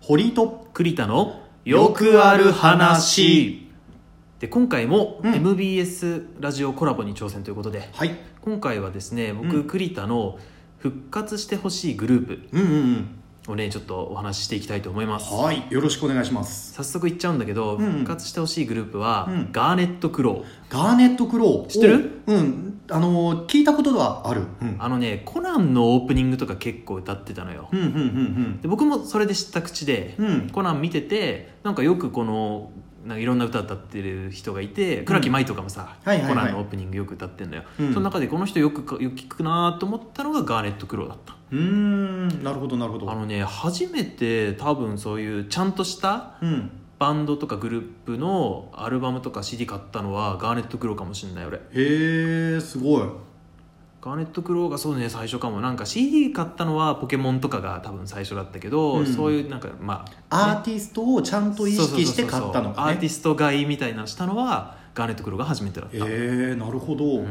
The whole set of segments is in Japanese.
堀と栗田のよくある話で今回もうん MBS ラジオコラボに挑戦ということで、はい今回はですね僕、うん栗田の復活してほしいグルーうんうんプをねちょっとお話ししていきたいと思いますうんはいよろしくお願いします早速言っちゃうんだけど、うん復活してほしいグループは、うんガーネットクロウガーネットクロウ知ってるおうんあのー聞いたことはあるうんあのねコナンのオープニングとか結構歌ってたのよ、うんうんうんで僕もそれで知った口で、うんうんコナン見ててなんかよくこのなんかいろんな歌歌ってる人がいて倉木舞とかもさ、はいはいはいコナンのオープニングよく歌ってんのよ、うんその中でこの人よくかよく聞くなと思ったのがガーネット・クロウだったうーんなるほどなるほどあのね初めて多分そういうちゃんとしたうんバンドとかグループのアルバムとか CD 買ったのはガーネット・クロウかもしんない俺へえすごいガーネット・クロウがそうね最初かもなんか CD 買ったのはポケモンとかが多分最初だったけど、うんそういうなんかまあアーティストをちゃんと意識して買ったそうそうそうそのうアかーテねィスト買いみたいなのしたのはガーネット・クロウが初めてだった、へえなるほどううん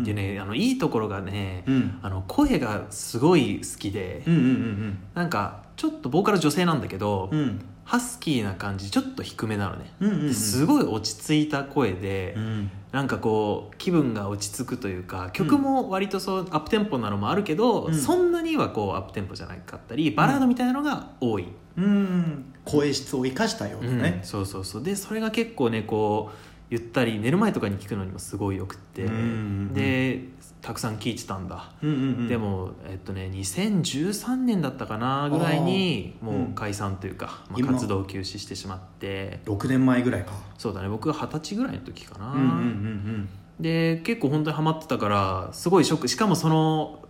んでねあのいいところがね、うんあの声がすごい好きで、うんうんなんかちょっとボーカル女性なんだけど、うんうんハスキーな感じちょっと低めなのね、うんうんうんですごい落ち着いた声で、うんなんかこう気分が落ち着くというか曲も割とそうアップテンポなのもあるけど、うんそんなにはこうアップテンポじゃなかったりバラードみたいなのが多い、うん声質を生かしたようなうんねそうそうそうでそれが結構ねこうゆったり寝る前とかに聞くのにもすごいよくって、うんうんうんでたくさん聴いてたんだ、うんうんうんでもえっとね2013年だったかなぐらいにあーもう解散というか、うんまあ、活動休止してしまって6年前ぐらいかそうだね僕が二十歳ぐらいの時かな、うんうんうんで結構本当にハマってたからすごいショックしかもその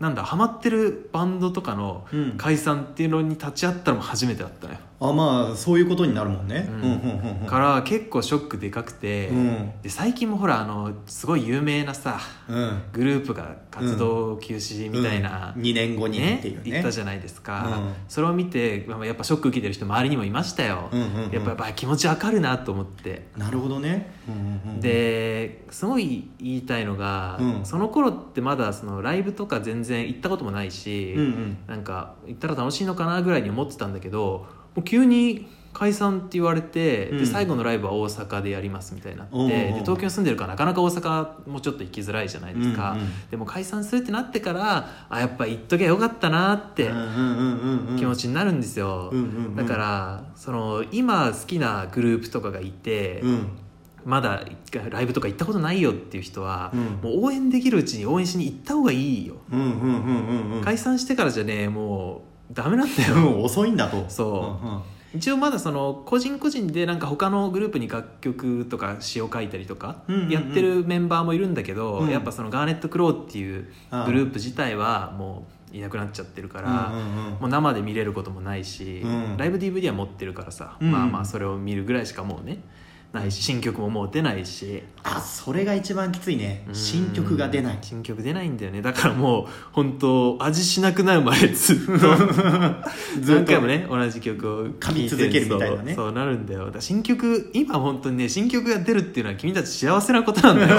なんだハマってるバンドとかのうんうん解散っていうのに立ち会ったのも初めてだったね、あまあそういうことになるもんねうんうんうんうんから結構ショックでかくて、うんで最近もほらあのすごい有名なさうんグループが活動休止みたいな、 2年後にねっていうね言ったじゃないですか、うんそれを見てまあやっぱショック受けてる人周りにもいましたよ、うんうんうんやっぱやっぱ気持ちわかるなと思って、なるほどねうんうんうんですごい言いたいのが、うんその頃ってまだそのライブとか全然行ったこともないし、うんうんなんか行ったら楽しいのかなぐらいに思ってたんだけどもう急に解散って言われて、うんで最後のライブは大阪でやりますみたいになって、おうおうで東京に住んでるからなかなか大阪もちょっと行きづらいじゃないですか、うんうんでも解散するってなってからあやっぱ行っときゃよかったなってうんうんうんうん気持ちになるんですよ、うんうんうんだからその今好きなグループとかがいて、うんまだライブとか行ったことないよっていう人は、うんもう応援できるうちに応援しに行った方がいいよ、うんうんうんうんうん解散してからじゃねもうダメなんだようん遅いんだとそうんうん一応まだその個人個人でなんか他のグループに楽曲とか詩を書いたりとかうんうんうんやってるメンバーもいるんだけど、うんやっぱそのガーネット・クロウっていうグループ自体はもういなくなっちゃってるから、うんうんうんもう生で見れることもないし、うんライブ DVD は持ってるからさ、うんまあまあそれを見るぐらいしかもうねないし新曲ももう出ないしあそれが一番きついね新曲が出ないうん新曲出ないんだよねだからもう本当味しなくなるまでずっ と何回もね同じ曲を噛み続けるみたいなねそうそうなるんだよだから新曲今本当にね新曲が出るっていうのは君たち幸せなことなんだよ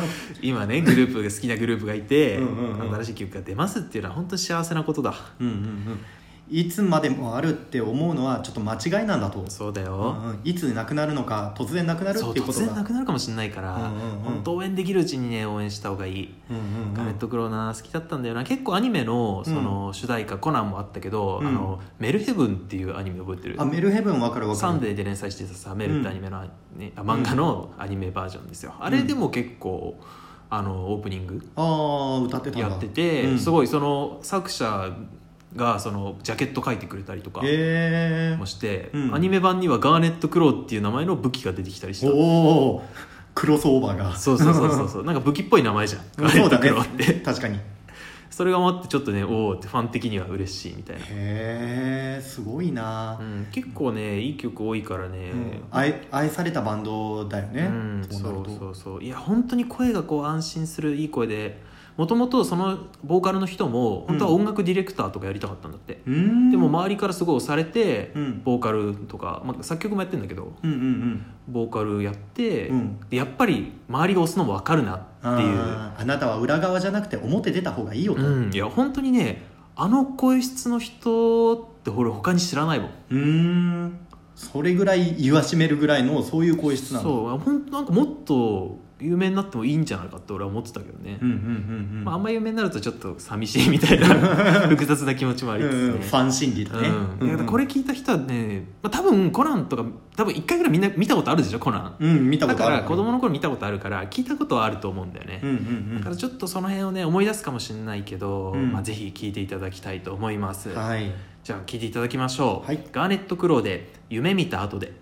今ねグループが好きなグループがいてうんうんうん新しい曲が出ますっていうのは本当に幸せなことだうんうんうんいつまでもあるって思うのはちょっと間違いなんだとそうだよ、うんうんいつなくなるのか突然なくなるそうっていうこ突と然ながくなるかもしれないから、うんうんうん本当応援できるうちにね応援した方がいいうんうんうんガレット・クローナー好きだったんだよな結構アニメのその主題歌、コナンもあったけど、うんあのメルヘブンっていうアニメ覚えてるあメルヘブンわかるわかサるンデーで連載してたさメルってアニメの、ねあ漫画のアニメバージョンですよ、あれでも結構あのオープニングああ歌ってたんだやってて、うんすごいその作者がそのジャケット描いてくれたりとかへえもして、うんアニメ版にはガーネット・クローっていう名前の武器が出てきたりしたおおクロスオーバーがそうそうそうそうそうなんか武器っぽい名前じゃんガーそネッうト・だクローっねて確かにへそれが回ってちょっとねおおってファン的には嬉しいみたいな、えすごいな、うん、結構ねいい曲多いからね、うん愛愛されたバンドだよね、うん、なそるうとそうそういや本当に声がこう安心するいい声でもともとそのボーカルの人も本当は音楽ディレクターとかやりたかったんだって、うんでも周りからすごい押されて、うんボーカルとか、まあ、作曲もやってんだけどうんうんうんボーカルやって、うんでやっぱり周りが押すのも分かるなっていう、あーあなたは裏側じゃなくて表出た方がいいよと、うん、いや本当にねあの声質の人って俺他に知らないもんうーんそれぐらい言わしめるぐらいのそういう声質なのうそうほんなんかもっと有名になってもいいんじゃないかって俺は思ってたけどんね、うんうんうん、まあ、あんま有名になるとちょっと寂しいみ たいな複雑な気持ちもありうんつつうんねファン心理だね、うん、だからこれ聞いた人はね、まあ、多分コナンとか多分一回ぐらいみんな見たことあるでしょコナンうん見ただことかあるら子供の頃見たことあるから聞いたことはあると思うんだよね、うんうんだからちょっとその辺をね思い出すかもしれないけど、うんまあ、ぜひ聞いていただきたいと思います、うんはいじゃあ聞いていただきましょう、はいガーネット・クローで「夢見た後で」